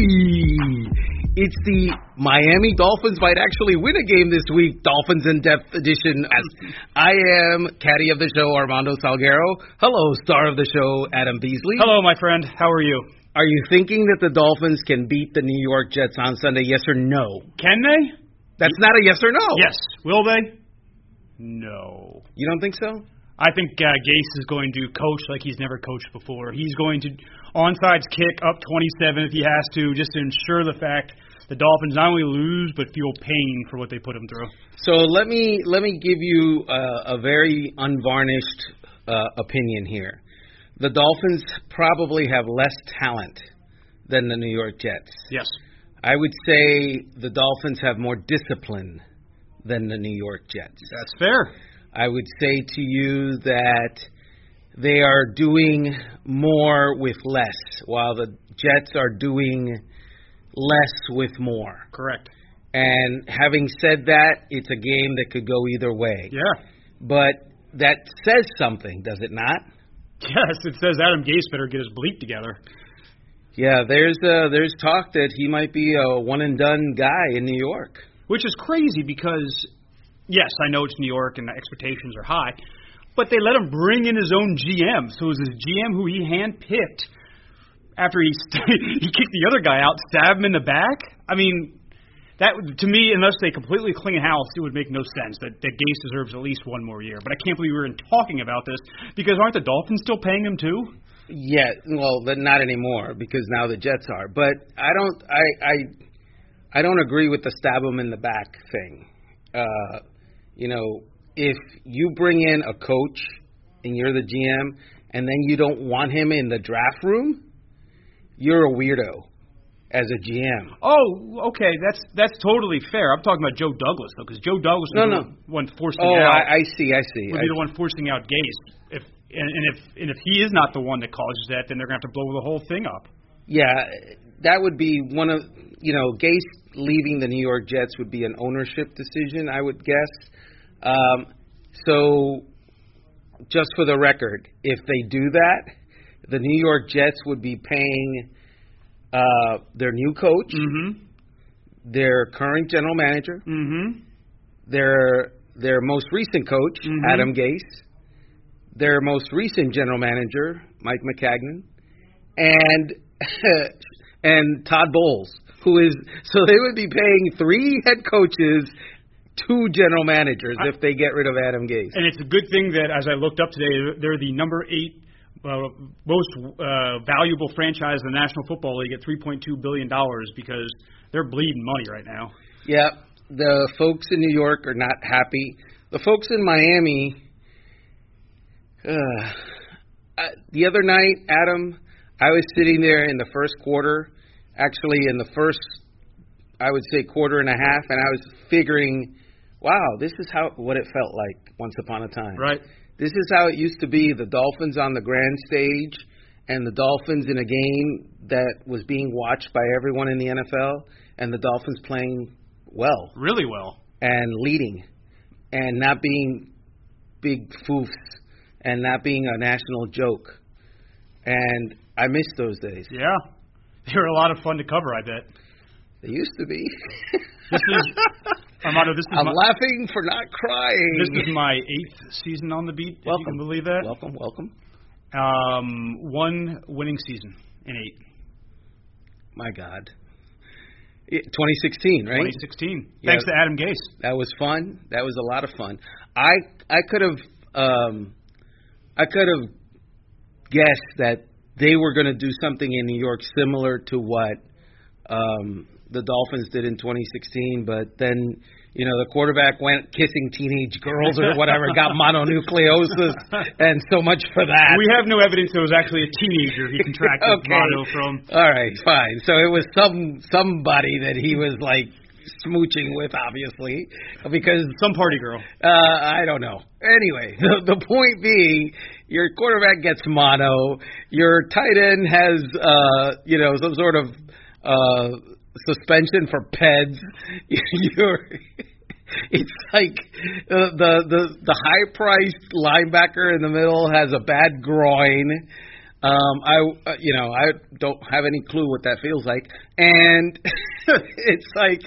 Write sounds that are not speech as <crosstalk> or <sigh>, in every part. Hey, it's the Miami Dolphins might actually win a game this week. Dolphins in depth edition. As I am caddy of the show, Armando Salguero. Hello, star of the show, Adam Beasley. Hello, my friend. How are you? Are you thinking that the Dolphins can beat the New York Jets on Sunday? Yes or no? Can they? That's not a yes or no. Yes. Will they? No. You don't think so? I think uh, Gase is going to coach like he's never coached before. He's going to onside kick up 27 if he has to, just to ensure the fact the Dolphins not only lose but feel pain for what they put them through. So let me let me give you uh, a very unvarnished uh, opinion here. The Dolphins probably have less talent than the New York Jets. Yes. I would say the Dolphins have more discipline than the New York Jets. That's fair. I would say to you that they are doing more with less, while the Jets are doing less with more. Correct. And having said that, it's a game that could go either way. Yeah. <laughs> But that says something, does it not? Yes, it says Adam Gase better get his bleep together. Yeah, there's uh, there's talk that he might be a one and done guy in New York. Which is crazy because, yes, I know it's New York and the expectations are high, but they let him bring in his own GM. So it was his GM who he handpicked after he <laughs> st- he kicked the other guy out, stabbed him in the back. I mean, that would- to me, unless they completely clean house, it would make no sense that that Gase deserves at least one more year. But I can't believe we're even talking about this because aren't the Dolphins still paying him too? Yeah, well, then not anymore because now the Jets are. But I don't, I, I, I don't agree with the stab him in the back thing. Uh, you know, if you bring in a coach and you're the GM, and then you don't want him in the draft room, you're a weirdo as a GM. Oh, okay, that's that's totally fair. I'm talking about Joe Douglas though, because Joe Douglas No, was no. the one forcing Oh, out I, I see, I see. would I be the one forcing out Gase. If and, and if and if he is not the one that causes that, then they're gonna have to blow the whole thing up. Yeah, that would be one of you know Gase leaving the New York Jets would be an ownership decision, I would guess. Um, so, just for the record, if they do that, the New York Jets would be paying uh, their new coach, Mm-hmm. their current general manager, Mm-hmm. their their most recent coach, Mhm. Adam Gase, their most recent general manager, Mike McCagnon, and <laughs> and Todd Bowles, who is so they would be paying three head coaches, two general managers if they get rid of Adam Gase. And it's a good thing that as I looked up today, they're, they're the number eight. Uh, most uh, valuable franchise in the National Football League at 3.2 billion dollars because they're bleeding money right now. Yeah, the folks in New York are not happy. The folks in Miami. Uh, uh, the other night, Adam, I was sitting there in the first quarter, actually in the first, I would say quarter and a half, and I was figuring, wow, this is how what it felt like once upon a time. Right. This is how it used to be the Dolphins on the grand stage and the Dolphins in a game that was being watched by everyone in the NFL and the Dolphins playing well Really well. and leading and not being big foofs and not being a national joke. And I miss those days. Yeah. They were a lot of fun to cover. I bet. They used to be. This is <laughs> Armando. This is I'm my, laughing for not crying. this is my eighth season on the beat. If you Welcome. can believe that. welcome, welcome. Um, one winning season in eight. My God. Yeah, 2016, right? 2016. Yeah. Thanks to Adam Gase. That was fun. That was a lot of fun. I I could have um, I could have guessed that they were going to do something in New York similar to what um, the Dolphins did in 2016. But then you know the quarterback went kissing teenage girls or whatever, <laughs> got mononucleosis, and so much for that. We have no evidence it was actually a teenager <laughs> he contracted Okay. mono from. All right, fine. So it was some somebody that he was like smooching with, obviously, because Some party girl. uh, I don't know. Anyway, <laughs> the, the point being, your quarterback gets mono. Your tight end has, uh, you know, some sort of uh, suspension for peds. <laughs> You're, <laughs> it's like uh, the the the high priced linebacker in the middle has a bad groin. Um, I, uh, you know, I don't have any clue what that feels like, and <laughs> it's like,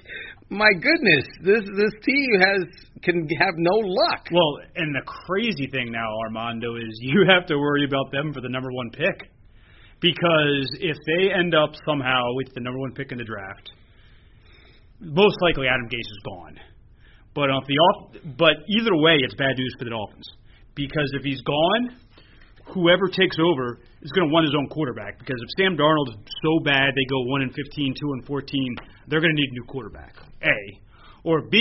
my goodness, this this team has can have no luck. Well, and the crazy thing now, Armando, is you <laughs> have to worry about them for the number one pick. Because if they end up somehow with the number one pick in the draft, most likely Adam Gase is gone. But if the off, but either way, it's bad news for the Dolphins because if he's gone, whoever takes over is going to want his own quarterback. Because if Sam Darnold is so bad they go one and 15, 2 and fourteen, they're going to need a new quarterback. A or B,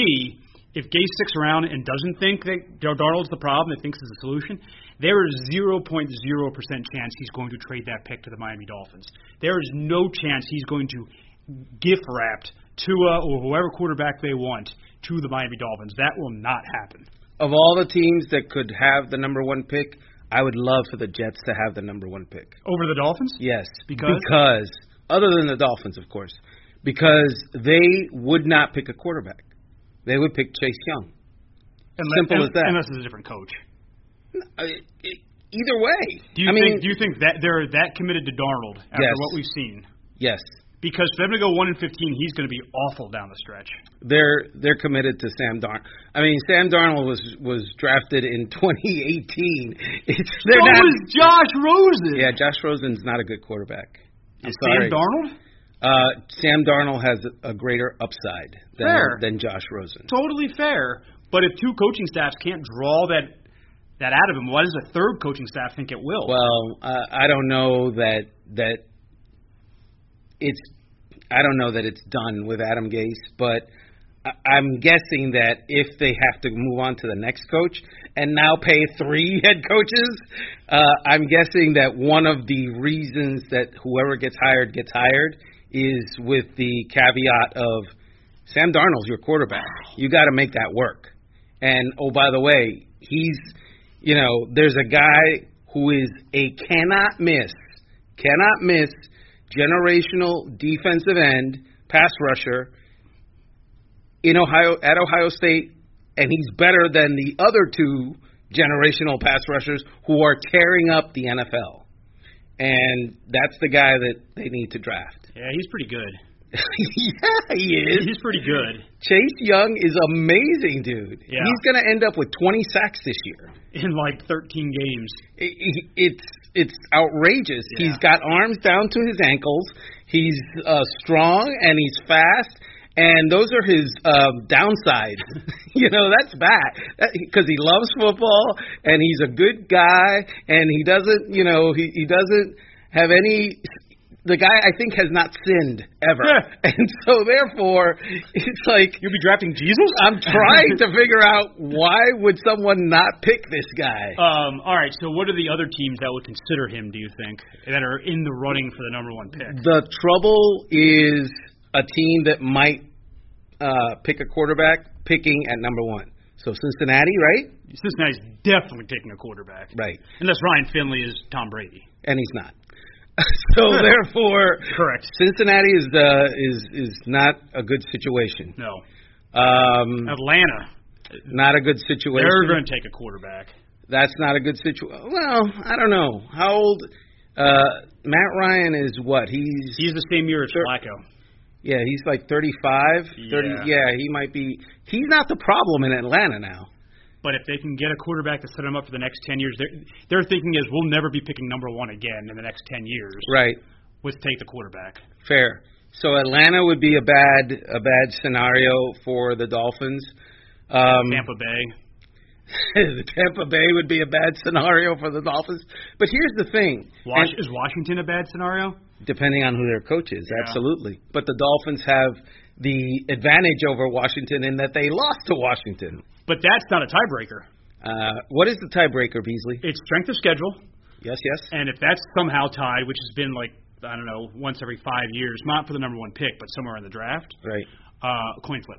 if Gay sticks around and doesn't think that Darnold's the problem, and thinks it's the solution, there is 0.0% chance he's going to trade that pick to the Miami Dolphins. There is no chance he's going to gift wrapped Tua or whoever quarterback they want to the Miami Dolphins. That will not happen. Of all the teams that could have the number one pick, I would love for the Jets to have the number one pick. Over the Dolphins? Yes, Because? because other than the Dolphins, of course, because they would not pick a quarterback. They would pick Chase Young. Unless, Simple as that. Unless it's a different coach. Uh, e- Either way, Do you I think mean, do you think that they're that committed to Darnold after Yes. what we've seen? yes, Because for them to go one and fifteen, he's going to be awful down the stretch. they're they're committed to Sam Darn. I mean, Sam Darnold was was drafted in <laughs> 2018. It's, they're so not. is Josh Rosen. yeah, Josh Rosen's not a good quarterback. I'm is sorry. Sam Darnold Uh, Sam Darnold has a greater upside than Fair. than Josh Rosen. totally fair? But if two coaching staffs can't draw that that out of him, why does a third coaching staff think it will? Well, uh, I don't know that that it's I don't know that it's done with Adam Gase, but I- I'm guessing that if they have to move on to the next coach and now pay three <laughs> head coaches, uh, I'm guessing that one of the reasons that whoever gets hired gets hired is with the caveat of Sam Darnold's your quarterback. You got to make that work. And oh, by the way, he's, you know, there's a guy who is a cannot miss, cannot miss generational defensive end, pass rusher in Ohio at Ohio State, and he's better than the other two generational pass rushers who are tearing up the NFL. And that's the guy that they need to draft. <laughs> yeah, he's pretty good. yeah, he is. He's pretty good. Chase Young is amazing, dude. Yeah. He's going to end up with 20 sacks this year. in like 13 games. It- it- It's it's outrageous. Yeah. He's got arms down to his ankles. He's uh, strong and he's fast, and those are his um, downsides. <laughs> you know that's bad because he loves football and he's a good guy and he doesn't you know he he doesn't have any. The guy I think has not sinned ever, <laughs> Yeah. and so therefore it's like You'll be drafting Jesus? I'm trying to figure out why would someone not pick this guy? <laughs> Um, all right, so what are the other teams that would consider him, do you think, that are in the running for the number one pick? The trouble is a team that might uh, pick a quarterback picking at number one. So Cincinnati, right? Cincinnati's definitely taking a quarterback. Right, Unless Ryan Finley is Tom Brady. and he's not. <laughs> so <laughs> therefore, Correct. Cincinnati is uh, is is not a good situation. No. Um, Atlanta. not a good situation. They're going to take a quarterback. That's not a good situation. Well, I don't know. How old? Uh, Matt Ryan is what? He's He's the same year as Flacco. Yeah, he's like 35, 30. Yeah. Yeah, he might be. He's not the problem in Atlanta now. But if they can get a quarterback to set him up for the next 10 years, their- their thinking is we'll never be picking number one again in the next 10 years. Right. Let's take the quarterback. Fair. So Atlanta would be a bad a bad scenario for the Dolphins. Um, <laughs> Tampa Bay. Tampa Bay would be a bad scenario for the Dolphins. But here's the thing. Wash, And- is Washington a bad scenario? depending on who their coach is, Yeah. absolutely. But the Dolphins have the advantage over Washington in that they lost to Washington. But that's not a tiebreaker. Uh, what is the tiebreaker, Beasley? It's strength of schedule, Yes, yes. and if that's somehow tied, which has been like I don't know once every five years, not for the number one pick, but somewhere in the draft, Right. uh, coin flip.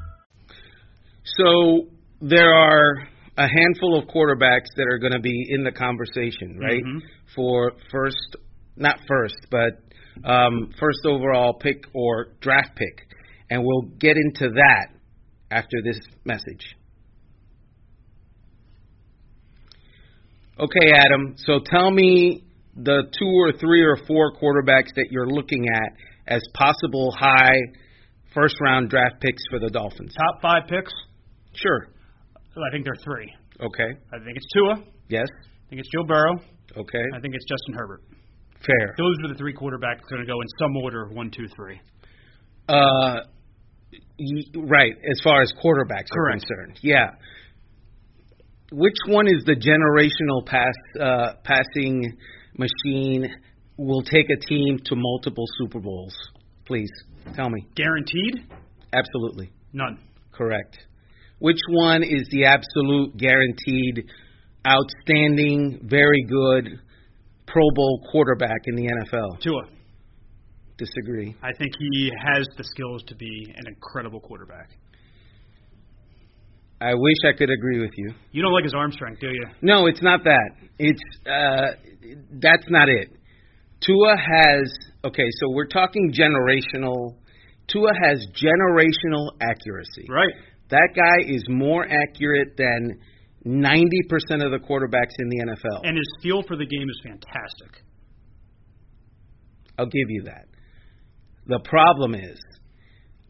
So there are a handful of quarterbacks that are going to be in the conversation, right? For first, not first, but um, first overall pick or draft pick. And we'll get into that after this message. Okay, Adam. So tell me the two or three or four quarterbacks that you're looking at as possible high first round draft picks for the Dolphins. Top five picks. Sure. I think there are three. Okay. I think it's Tua. I Yes. think it's Joe Burrow. Okay. I think it's Justin Herbert. Fair. Those are the three quarterbacks going to go in some order of one, two, three. Uh, y- right. As far as quarterbacks are Correct. concerned, yeah. Which one is the generational pass uh, passing machine? Will take a team to multiple Super Bowls. Please tell me. Guaranteed? Absolutely None. correct. Which one is the absolute guaranteed, outstanding, very good Pro Bowl quarterback in the NFL? Tua. Disagree. I think he has the skills to be an incredible quarterback. I wish I could agree with you. You don't like his arm strength, do you? No, it's not that. It's uh, that's not it. Tua has okay, so we're talking generational. Tua has generational accuracy. Right. That guy is more accurate than ninety percent of the quarterbacks in the NFL. And his feel for the game is fantastic. I'll give you that. The problem is,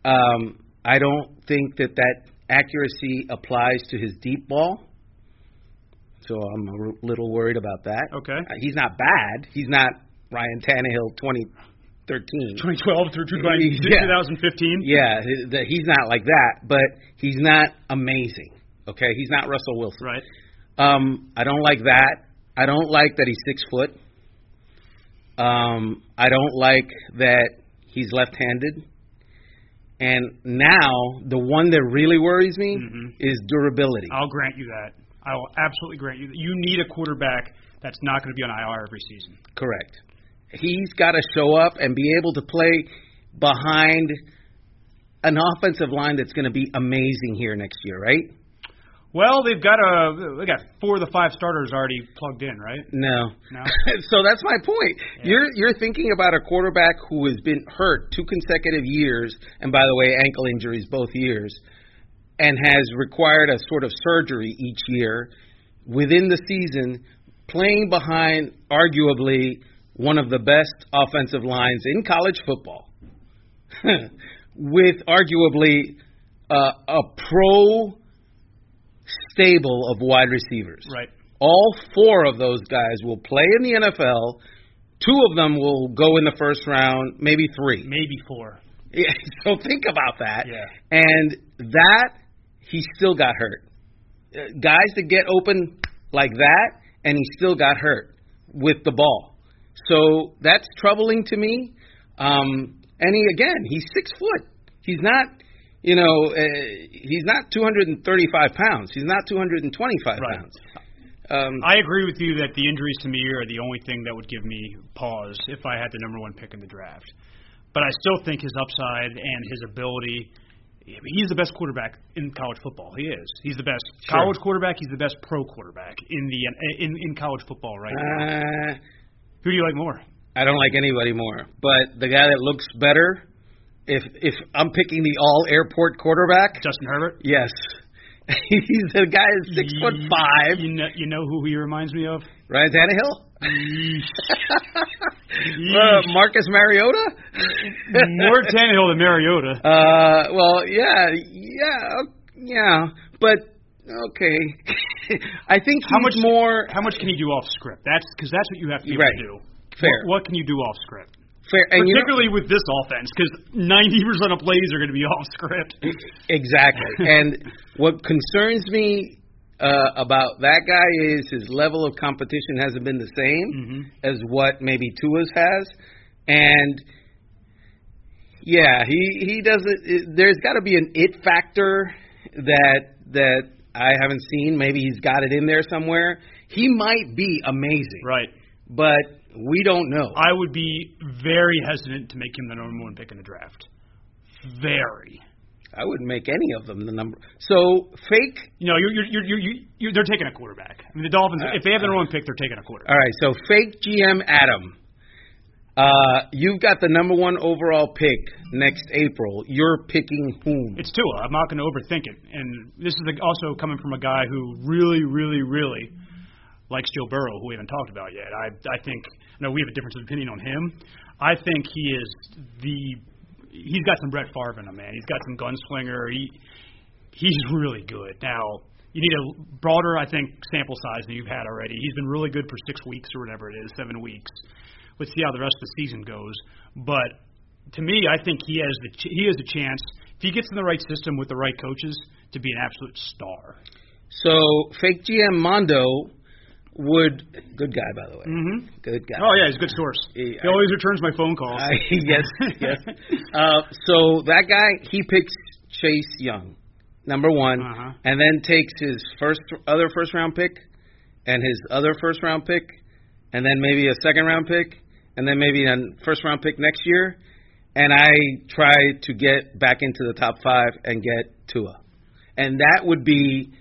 um, I don't think that that accuracy applies to his deep ball. So I'm a r- little worried about that. Okay. Uh, He's not bad. He's not Ryan Tannehill 2013. 2012 through Yeah. <laughs> 2015. Yeah, th- th- he's not like that, but he's not amazing. Okay, he's not Russell Wilson. Right. Um, I don't like that. I don't like that he's six foot. Um, I don't like that he's left-handed. And now the one that really worries me is durability. I'll grant you that. I will absolutely grant you that. You need a quarterback that's not going to be on IR every season. Correct. He's got to show up and be able to play behind an offensive line that's going to be amazing here next year, right? Well, they've got a they got four of the five starters already plugged in, right? No. No. <laughs> so that's my point. You're you're thinking about a quarterback who has been hurt two consecutive years, and by the way, ankle injuries both years, and has required a sort of surgery each year within the season, playing behind arguably one of the best offensive lines in college football, <laughs> with arguably uh, a pro stable of wide receivers. Right. All four of those guys will play in the NFL. Two of them will go in the first round, maybe three. <laughs> Maybe four. Yeah, so think about that. Yeah. And that he still got hurt. Uh, Guys that get open like that, and he still got hurt with the ball. So that's troubling to me. Um, and he again, he's six foot. He's not, you know, uh, he's not 235 pounds. He's not 225 Right. pounds. Um, I agree with you that the injuries to me are the only thing that would give me pause if I had the number one pick in the draft. But I still think his upside and his ability. He's the best quarterback in college football. He is. He's the best Sure. college quarterback. He's the best pro quarterback in the in in college football right now. uh, Who do you like more? I don't like anybody more. But the guy that looks better, if if I'm picking the all airport quarterback, Justin Herbert. yes, <laughs> he's the guy is six foot You- five. You know, you know who he reminds <laughs> me of? Ryan Tannehill, <laughs> uh, Yeesh. Marcus Mariota. <laughs> More Tannehill than Mariota. uh, well, yeah, yeah, o- yeah, but okay. <laughs> I think How he's much- more How much can he do off script? That's because that's what you have to be able Right. to do. Fair. What, what can you do off script? fair, and you know- Particularly with this offense, because ninety percent of plays are going to be <laughs> off <laughs> script. <laughs> Exactly. and what concerns me uh, about that guy is his level of competition hasn't been the Mm-hmm. same as what maybe Tua's has, and yeah, he he doesn't. It, there's got to be an it factor that that I haven't seen. Maybe he's got it in there somewhere. He might be amazing, Right. but We don't know. I would be very hesitant to make him the number one pick in the draft. Very. I wouldn't make any of them the number. So fake. You know, you're, you're, you're, you're, you're, they're taking a quarterback. I mean, the Dolphins, if they have their number one pick, they're taking a quarterback. All right. So fake GM Adam. Uh, you've got the number one overall pick next April. You're picking whom? It's Tua. I'm not going to overthink it. And this is also coming from a guy who really, really, really likes Joe Burrow, who we haven't talked about yet. I, I think, no, we have a difference of opinion on him. I think he is the, he's got some Brett Favre in him, man. He's got some gunslinger. He, he's really good. Now, you need a broader, I think, sample size than you've had already. He's been really good for six weeks or whatever it is, seven weeks let's see how the rest of the season goes. But to me, I think he has the ch- he has a chance if he gets in the right system with the right coaches to be an absolute star. So fake GM Mondo would good guy by the way. Mm-hmm. Good guy. Oh yeah, he's a good source. He- He always returns my phone calls. I, <laughs> yes, yes. Uh, so that guy he picks Chase Young, number one, Uh-huh. and then takes his first other first round pick, and his other first round pick, and then maybe a second round pick, and then maybe a first round pick next year, and I try to get back into the top five and get Tua, and that would be,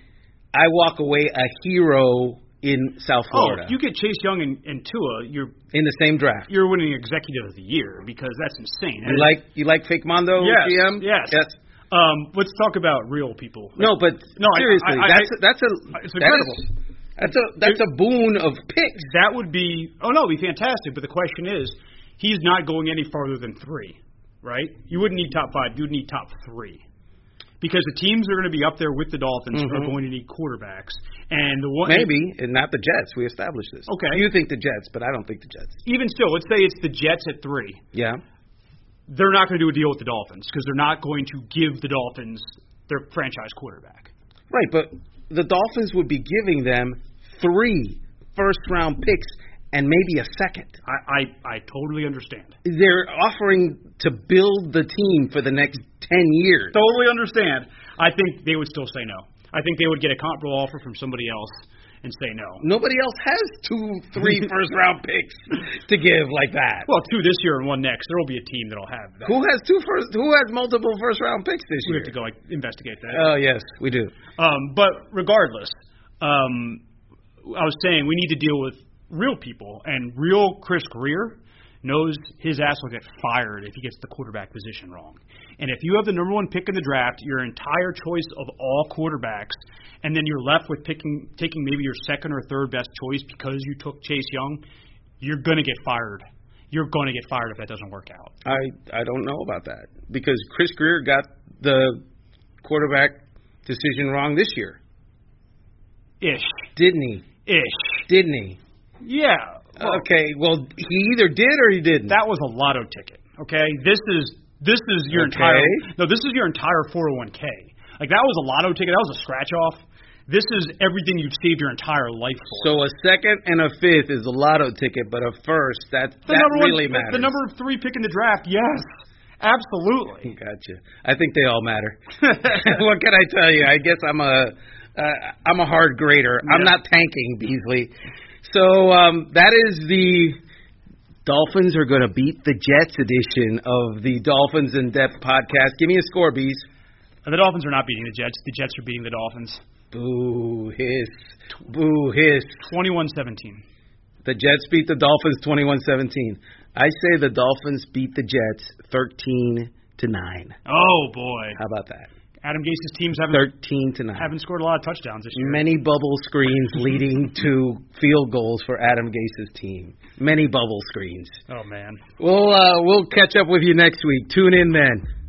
I walk away a hero in South <laughs> oh, Florida if you get Chase Young and, and Tua, you're in the same draft. you're winning Executive of the Year because that's insane. You like you like fake Mondo yes, GM? Yes. Yes. Um, let's talk about real people. No, but No, I- seriously, I- I- that's a, that's a It's that incredible. is- that's a that's a boon of picks. That would be oh no, it'd be fantastic. But the question is, he's not going any farther than three, right? You wouldn't need top five. You'd need top three. Because the teams that are going to be up there with the Dolphins are going to need quarterbacks, and the one Mm-hmm. Maybe, and not the Jets. We established this. Okay. You think the Jets, but I don't think the Jets. even still, let's say it's the Jets at three. Yeah. They're not going to do a deal with the Dolphins because they're not going to give the Dolphins their franchise quarterback. Right, but the Dolphins would be giving them three first round picks and maybe a second. I I, I totally understand. They're offering to build the team for the next ten years. totally understand. I think they would still say no. I think they would get a comparable offer from somebody else and say no. Nobody else has two, <laughs> three first round picks to give like that. Well, two this year and one next. There will be a team that'll have that. Who has two first? Who has multiple first round picks this We year? have to go like investigate that. Oh yes, we do. Um, but regardless, um, I was saying we need to deal with real people and real Chris Greer knows his ass will get fired if he gets the quarterback position wrong. And if you have the number one pick in the draft, your entire choice of all quarterbacks, and then you're left with picking taking maybe your second or third best choice because you took Chase Young, you're gonna get fired. You're gonna get fired if that doesn't work out. I I don't know about that because Chris Greer got the quarterback decision wrong this year, Ish. didn't he? Ish. Didn't he? Yeah. Well, okay, well he either did or he didn't. that was a lotto ticket. Okay, this is this is your Okay. entire no, this is your entire 401k. Like that was a lotto ticket. That was a scratch off. This is everything you've saved your entire life for. so a second and a fifth is a lotto ticket, but a first that the that number really one, matters. the number three pick in the draft. Yes, <laughs> absolutely. Gotcha. I think they all matter. <laughs> what can I tell you? I guess I'm a uh, I'm a hard grader. I'm Yeah. not tanking Beasley. So um, that is the Dolphins are going to beat the Jets edition of the Dolphins in Depth podcast. Give me a score, bees. The Dolphins are not beating the Jets. The Jets are beating the Dolphins. Boo hiss, boo hiss. 21-17. The Jets beat the Dolphins 21-17. I say the Dolphins beat the Jets 13 to nine. Oh boy, How about that? Adam Gase's teams haven't 13 to nine. haven't scored a lot of touchdowns this year. Many bubble screens leading to field goals for Adam Gase's team. Many bubble screens. Oh man. We'll uh, we'll catch up with you next week. Tune in then.